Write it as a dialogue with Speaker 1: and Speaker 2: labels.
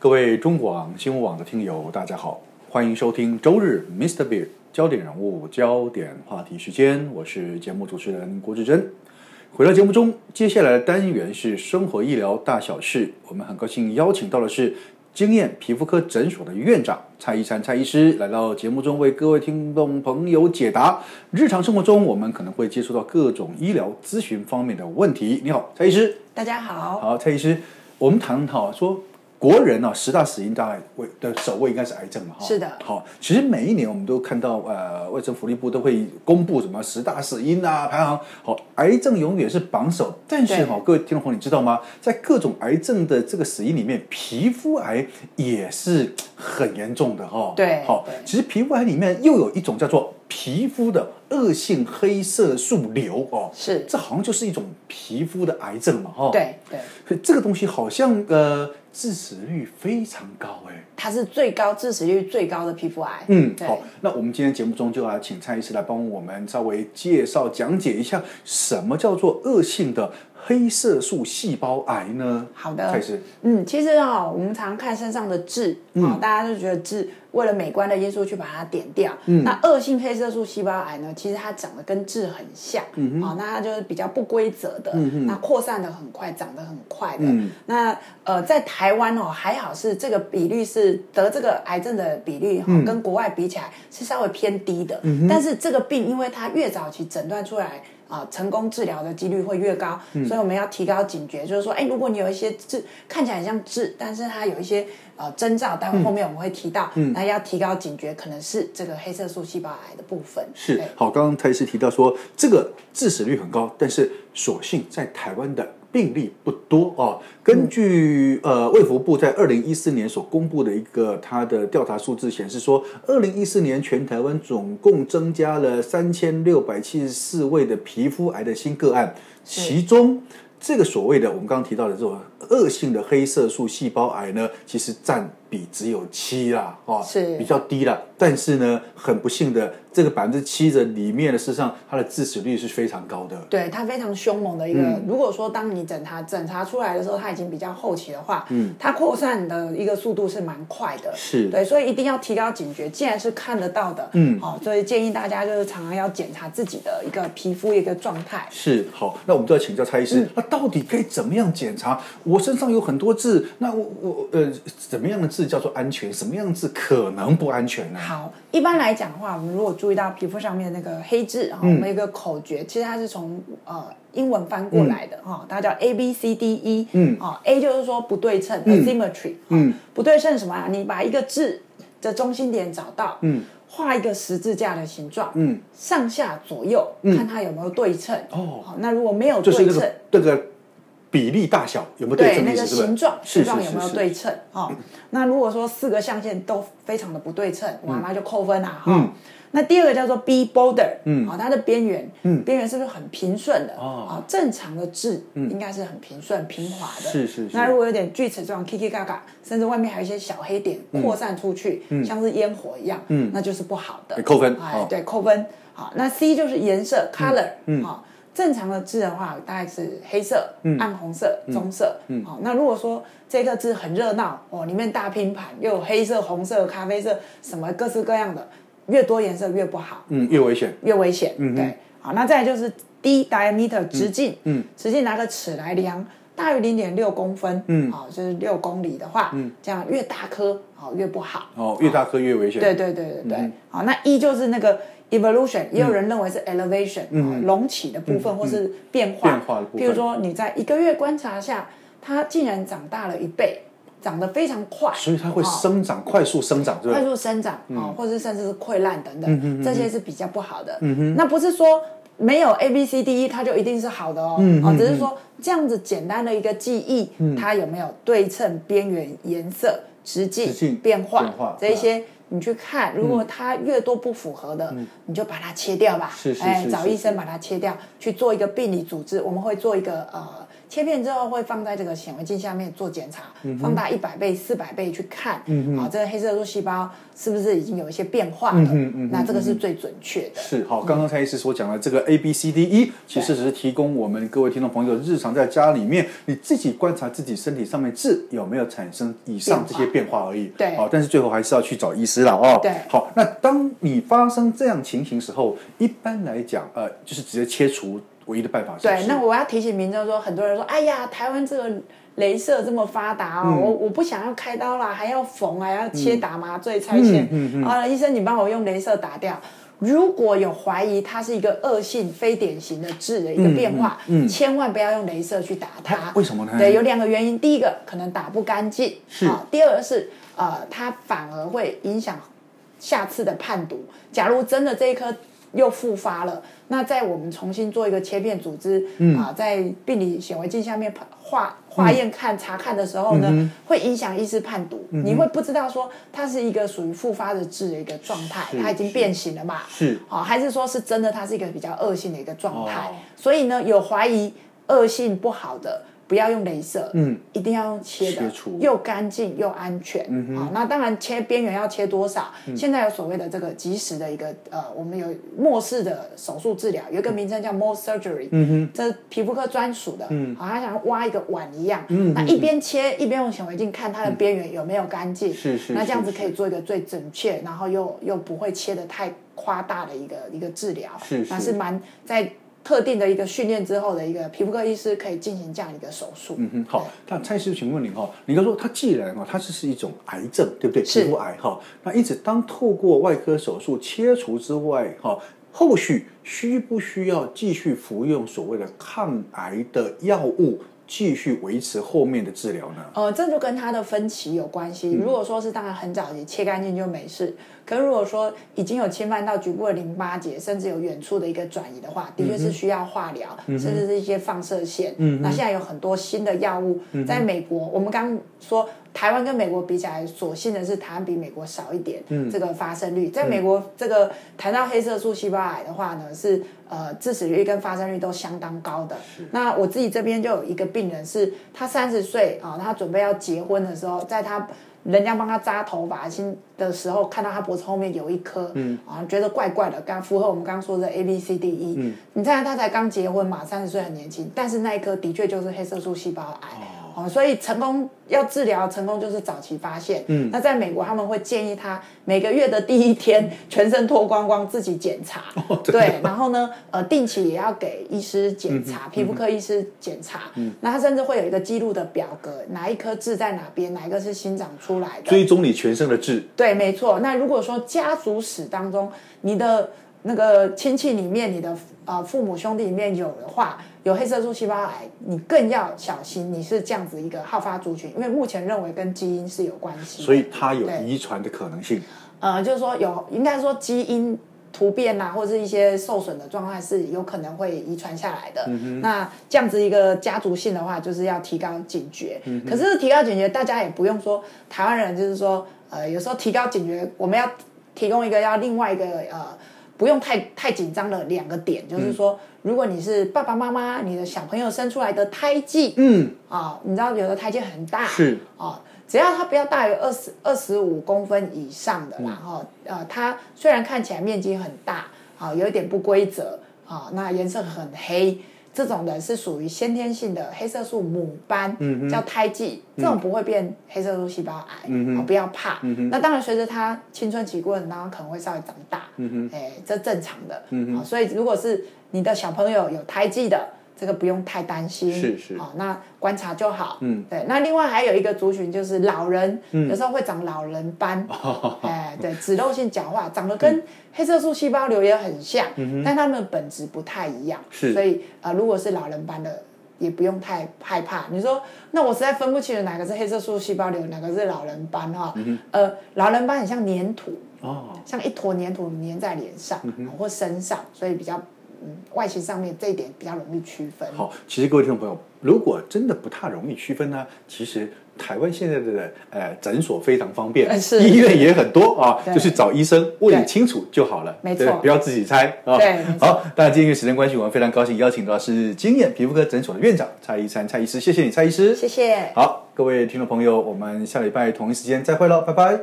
Speaker 1: 各位中广新闻网的听友，大家好，欢迎收听周日 Mr. Beer 焦点人物、焦点话题时间，我是节目主持人郭志珍。回到节目中，接下来的单元是生活医疗大小事，我们很高兴邀请到的是经验皮肤科诊所的院长蔡一山蔡医师来到节目中为各位听众朋友解答日常生活中我们可能会接触到各种医疗咨询方面的问题。你好，蔡医师。
Speaker 2: 大家好，
Speaker 1: 好，蔡医师，我们谈讨说国人啊、十大死因大概位的首位应该是癌症嘛？哈，
Speaker 2: 是的
Speaker 1: 好，其实每一年我们都看到呃，卫生福利部都会公布什么十大死因啊排行。好，癌症永远是榜首，但是
Speaker 2: 对
Speaker 1: 哈、各位听众朋友，你知道吗？在各种癌症的这个死因里面，皮肤癌也是很严重的哈、
Speaker 2: 对
Speaker 1: 好
Speaker 2: 对，
Speaker 1: 其实皮肤癌里面又有一种叫做皮肤的恶性黑色素瘤哦，
Speaker 2: 是
Speaker 1: 这好像就是一种皮肤的癌症嘛，哈、哦。
Speaker 2: 对对，
Speaker 1: 这个东西好像呃致死率非常高哎。
Speaker 2: 它是最高致死率最高的皮肤癌。
Speaker 1: 嗯，
Speaker 2: 对
Speaker 1: 好，那我们今天节目中就来请蔡医师来帮我们稍微介绍讲解一下什么叫做恶性的黑色素细胞癌呢？
Speaker 2: 好的
Speaker 1: 蔡医师，
Speaker 2: 嗯，其实啊、我们常看身上的痣，啊、大家就觉得痣为了美观的因素去把它点掉。嗯，那恶性黑色素细胞癌呢，其实它长得跟痣很像，嗯好、那它就是比较不规则的，嗯那扩散的很快，长得很快的。
Speaker 1: 嗯
Speaker 2: 那呃，在台湾哦，还好是这个比率是得这个癌症的比率、哦跟国外比起来是稍微偏低的，嗯、但是这个病因为它越早期诊断出来。啊、成功治疗的几率会越高，所以我们要提高警觉，就是说，哎，如果你有一些痣看起来很像痣，但是它有一些呃征兆，待会后面我们会提到，那要提高警觉，可能是这个黑色素细胞癌的部分。
Speaker 1: 是
Speaker 2: 对
Speaker 1: 好，刚刚蔡医师提到说这个致死率很高，但是所幸在台湾的。病例不多哦。根据呃卫福部在二零一四年所公布的一个它的调查数字显示说，二零一四年全台湾总共增加了三千六百七十四位的皮肤癌的新个案，其中这个所谓的我们刚刚提到的这种恶性的黑色素细胞癌呢，其实占比只有七啦，哦，
Speaker 2: 是
Speaker 1: 比较低了。但是呢，很不幸的，这个百分之七的里面呢，事实上它的致死率是非常高的。
Speaker 2: 对它非常凶猛的一个。如果说当你检查检查出来的时候，它已经比较后期的话，嗯，它扩散的一个速度是蛮快的，
Speaker 1: 是
Speaker 2: 对，所以一定要提高警觉。既然是看得到的，嗯，好、所以建议大家就是常常要检查自己的一个皮肤一个状态。
Speaker 1: 是好，那我们就要请教蔡医师，
Speaker 2: 嗯
Speaker 1: 那到底该怎么样检查？我身上有很多痣，那我我呃，怎么样的痣叫做安全？什么样的痣可能不安全呢？
Speaker 2: 好，一般来讲的话，我们如果注意到皮肤上面那个黑痣哈、我们有一个口诀，其实它是从呃英文翻过来的哈、它叫 A B C D E，嗯，哦，A 就是说不对称、asymmetry，嗯、不对称什么啊？你把一个痣的中心点找到，嗯，画一个十字架的形状，嗯，上下左右、看它有没有对称，
Speaker 1: 哦
Speaker 2: 好，那如果没有
Speaker 1: 就是
Speaker 2: 对
Speaker 1: 那
Speaker 2: 称，
Speaker 1: 个那个比例大小有没有对称的
Speaker 2: 那
Speaker 1: 意
Speaker 2: 个
Speaker 1: 思？是
Speaker 2: 形
Speaker 1: 不是
Speaker 2: 状？
Speaker 1: 是
Speaker 2: 形
Speaker 1: 是
Speaker 2: 状有没有
Speaker 1: 是
Speaker 2: 对称哦？那如果说四个象限都非常的不对称，
Speaker 1: 嗯
Speaker 2: 哇，那就扣分啦哈。那第二个叫做 B border，嗯，好，它的边缘，嗯，边缘是不是很平顺的？
Speaker 1: 哦嗯
Speaker 2: 啊，正常的痣应该是很平顺、平滑的。
Speaker 1: 是是是
Speaker 2: 那如果有点锯齿状、K K 嘎嘎，甚至外面还有一些小黑点
Speaker 1: 嗯
Speaker 2: 扩散出去，像是烟火一样，嗯，那就是不好的
Speaker 1: 哎，扣分
Speaker 2: 哎
Speaker 1: 好，
Speaker 2: 对，扣分。好，那 C 就是颜色 color，嗯，好、正常的痣的话，大概是黑色、暗红色、棕色，嗯，好、那如果说这个痣很热闹哦，里面大拼盘，又有黑色、红色、咖啡色，什么各式各样的，越多颜色越不好，
Speaker 1: 嗯，越危险。
Speaker 2: 越危险，对，好，那再来就是 D diameter 直径，嗯，直径拿个尺来量，大于零点六公分，嗯，好、就是六公里的话，嗯，这样越大颗，好、越不好，
Speaker 1: 哦，越大颗越危险。
Speaker 2: 对对对
Speaker 1: 嗯
Speaker 2: 对对，好，那一就是那个 evolution，也有人认为是 elevation，啊
Speaker 1: 嗯
Speaker 2: 隆起的部分或是变化，
Speaker 1: 变化的部分
Speaker 2: 譬如说你在一个月观察下，它竟然长大了一倍，长得非常快，
Speaker 1: 所以它会
Speaker 2: 哦
Speaker 1: 生长，快速生长，对不
Speaker 2: 快
Speaker 1: 对？嗯
Speaker 2: 速生长啊、哦或者是甚至是溃烂等等，这些是比较不好的。
Speaker 1: 嗯
Speaker 2: 那不是说没有 A B C D E 它就一定是好的哦，
Speaker 1: 嗯
Speaker 2: 哦，只是说这样子简单的一个记忆，它有没有对称、边缘、颜色、直
Speaker 1: 直
Speaker 2: 径、
Speaker 1: 径
Speaker 2: 变化
Speaker 1: 变化嗯
Speaker 2: 这一些。你去看，如果它越多不符合的，你就把它切掉吧。
Speaker 1: 是是
Speaker 2: 哎
Speaker 1: 是
Speaker 2: 找
Speaker 1: 是
Speaker 2: 医生把它切掉，去做一个病理组织。我们会做一个呃切片之后会放在这个显微镜下面做检查，
Speaker 1: 嗯
Speaker 2: 放大一百倍、四百倍去看，啊，这个黑色素细胞是不是已经有一些变化了？
Speaker 1: 嗯嗯
Speaker 2: 那这个是最准确的。嗯
Speaker 1: 是好，刚刚蔡医师所讲的这个 A B C D E，其实只是提供我们各位听众朋友日常在家里面你自己观察自己身体上面痣有没有产生以上这些变化而已。
Speaker 2: 对
Speaker 1: 好，但是最后还是要去找医师了哦。
Speaker 2: 对
Speaker 1: 好，那当你发生这样情形时候，一般来讲，呃，就是直接切除唯一的办法是不是。
Speaker 2: 对，那我要提醒民众说，很多人说，哎呀，台湾这个镭射这么发达哦，
Speaker 1: 嗯
Speaker 2: 我我不想要开刀啦，还要缝，还要切打麻醉拆线，啊、
Speaker 1: 嗯
Speaker 2: 医生你帮我用镭射打掉。如果有怀疑它是一个恶性非典型的痣的一个变化，
Speaker 1: 嗯嗯嗯
Speaker 2: 千万不要用镭射去打它
Speaker 1: 它。为什么呢
Speaker 2: 对，有两个原因，第一个可能打不干净，
Speaker 1: 是
Speaker 2: 啊第二个是呃，它反而会影响下次的判读。假如真的这一颗又复发了，那在我们重新做一个切片组织啊、
Speaker 1: 嗯
Speaker 2: 在病理显微镜下面化化验看、查看的时候呢，
Speaker 1: 嗯
Speaker 2: 会影响医师判读，你会不知道说它是一个属于复发的痣的一个状态，
Speaker 1: 是
Speaker 2: 它已经
Speaker 1: 是
Speaker 2: 变形了嘛？
Speaker 1: 是
Speaker 2: 好、还是说是真的它是一个比较恶性的一个状态？
Speaker 1: 哦
Speaker 2: 所以呢，有怀疑恶性不好的，不要用镭射，
Speaker 1: 嗯，
Speaker 2: 一定要用切的，
Speaker 1: 切除
Speaker 2: 又干净又安全。嗯好、那当然切边缘要切多少？
Speaker 1: 嗯
Speaker 2: 现在有所谓的这个及时的一个呃，我们有末世的手术治疗，有一个名称叫 more surgery，嗯哼，这是皮肤科专属的，嗯，好像想挖一个碗一样，嗯，那一边切一边用显微镜看它的边缘有没有干净，
Speaker 1: 是是
Speaker 2: 那这样
Speaker 1: 是
Speaker 2: 子可以
Speaker 1: 是
Speaker 2: 做一个最准确，然后又又不会切的太夸大的一个一个治疗，
Speaker 1: 是是
Speaker 2: 那是蛮在特定的一个训练之后的一个皮肤科医师可以进行这样一个手术。
Speaker 1: 嗯哼，好，那蔡医师，请问您哈，你刚说它既然哈，它是是一种癌症，对不对？
Speaker 2: 是
Speaker 1: 皮肤癌哈，那因此当透过外科手术切除之外哈，后续需不需要继续服用所谓的抗癌的药物，继续维持后面的治疗呢？
Speaker 2: 呃，这就跟它的分歧有关系。如果说是当然很早期切干净就没事，可如果说已经有侵犯到局部的淋巴结，甚至有远处的一个转移的话，的确是需要化疗，甚至是一些放射线。嗯，那现在有很多新的药物，在美国，我们刚说台湾跟美国比起来，所幸的是台湾比美国少一点，嗯，这个发生率，在美国这个谈到黑色素细胞癌的话呢，是呃致死率跟发生率都相当高的。那我自己这边就有一个病人是，他三十岁啊，他准备要结婚的时候，在他人家帮他扎头发新的时候，看到他脖子后面有一颗，嗯，啊，觉得怪怪的，刚符合我们刚刚说的 A B C D E，嗯，你看他才刚结婚嘛，三十岁很年轻，但是那一颗的确就是黑色素细胞癌。哦，所以成功要治疗成功就是早期发现。嗯，那在美国他们会建议他每个月的第一天全身脱光光自己检查，哦对，然后呢，呃，定期也要给医师检查，皮肤科医师检查。嗯，那他甚至会有一个记录的表格，哪一颗痣在哪边，哪一个是新长出来的，
Speaker 1: 追踪你全身的痣，
Speaker 2: 对，没错。那如果说家族史当中，你的那个亲戚里面，你的呃父母兄弟里面有的话，有黑色素细胞癌，你更要小心，你是这样子一个好发族群，因为目前认为跟基因是有关系的。
Speaker 1: 所以它有
Speaker 2: 对
Speaker 1: 遗传的可能性。
Speaker 2: 呃，就是说有应该说基因突变啊，或者是一些受损的状态是有可能会遗传下来的。那这样子一个家族性的话，就是要提高警觉。可是提高警觉，大家也不用说台湾人就是说，呃，有时候提高警觉，我们要提供一个要另外一个呃。不用太太紧张的两个点，就是说，如果你是爸爸妈妈，你的小朋友生出来的胎记，
Speaker 1: 嗯，
Speaker 2: 啊、你知道有的胎记很大，
Speaker 1: 是
Speaker 2: 哦，只要它不要大于二十二十五公分以上的啦，哈、呃，它虽然看起来面积很大，啊、有一点不规则，啊、那颜色很黑，这种的是属于先天性的黑色素母斑，嗯、叫胎记，这种不会变黑色素细胞癌，嗯哦、不要怕。嗯、那当然，随着它青春期过程当中可能会稍微长大，嗯哎，这正常的，嗯、哦，所以如果是你的小朋友有胎记的。这个不用太担心，
Speaker 1: 是是
Speaker 2: 哦，那观察就好。嗯，对。那另外还有一个族群就是老人，
Speaker 1: 嗯
Speaker 2: 有时候会长老人斑，
Speaker 1: 哦
Speaker 2: 哎，对，脂漏性角化，长得
Speaker 1: 嗯
Speaker 2: 跟黑色素细胞瘤也很像，但它们的本质不太一样。
Speaker 1: 是
Speaker 2: 所以呃，如果是老人斑的。也不用太害怕。你说，那我实在分不清楚哪个是黑色素细胞瘤，哪个是老人斑哈、
Speaker 1: 嗯
Speaker 2: 呃，老人斑很像粘土，
Speaker 1: 哦，嗯
Speaker 2: 像一坨粘土粘在脸上、或身上，所以比较嗯外形上面这一点比较容易区分。
Speaker 1: 好，其实各位听众朋友，如果真的不太容易区分呢，其实台湾现在的呃诊所非常方便
Speaker 2: 呃，是
Speaker 1: 医院也很多啊，
Speaker 2: 对
Speaker 1: 就是找医生问
Speaker 2: 对
Speaker 1: 清楚就好了，
Speaker 2: 没错
Speaker 1: 对不要自己猜啊。
Speaker 2: 对没错
Speaker 1: 好，当然今天因为时间关系，我们非常高兴邀请到是经验皮肤科诊所的院长蔡一山蔡医师，谢谢你蔡医师，
Speaker 2: 谢谢。
Speaker 1: 好，各位听众朋友，我们下礼拜同一时间再会喽，拜拜。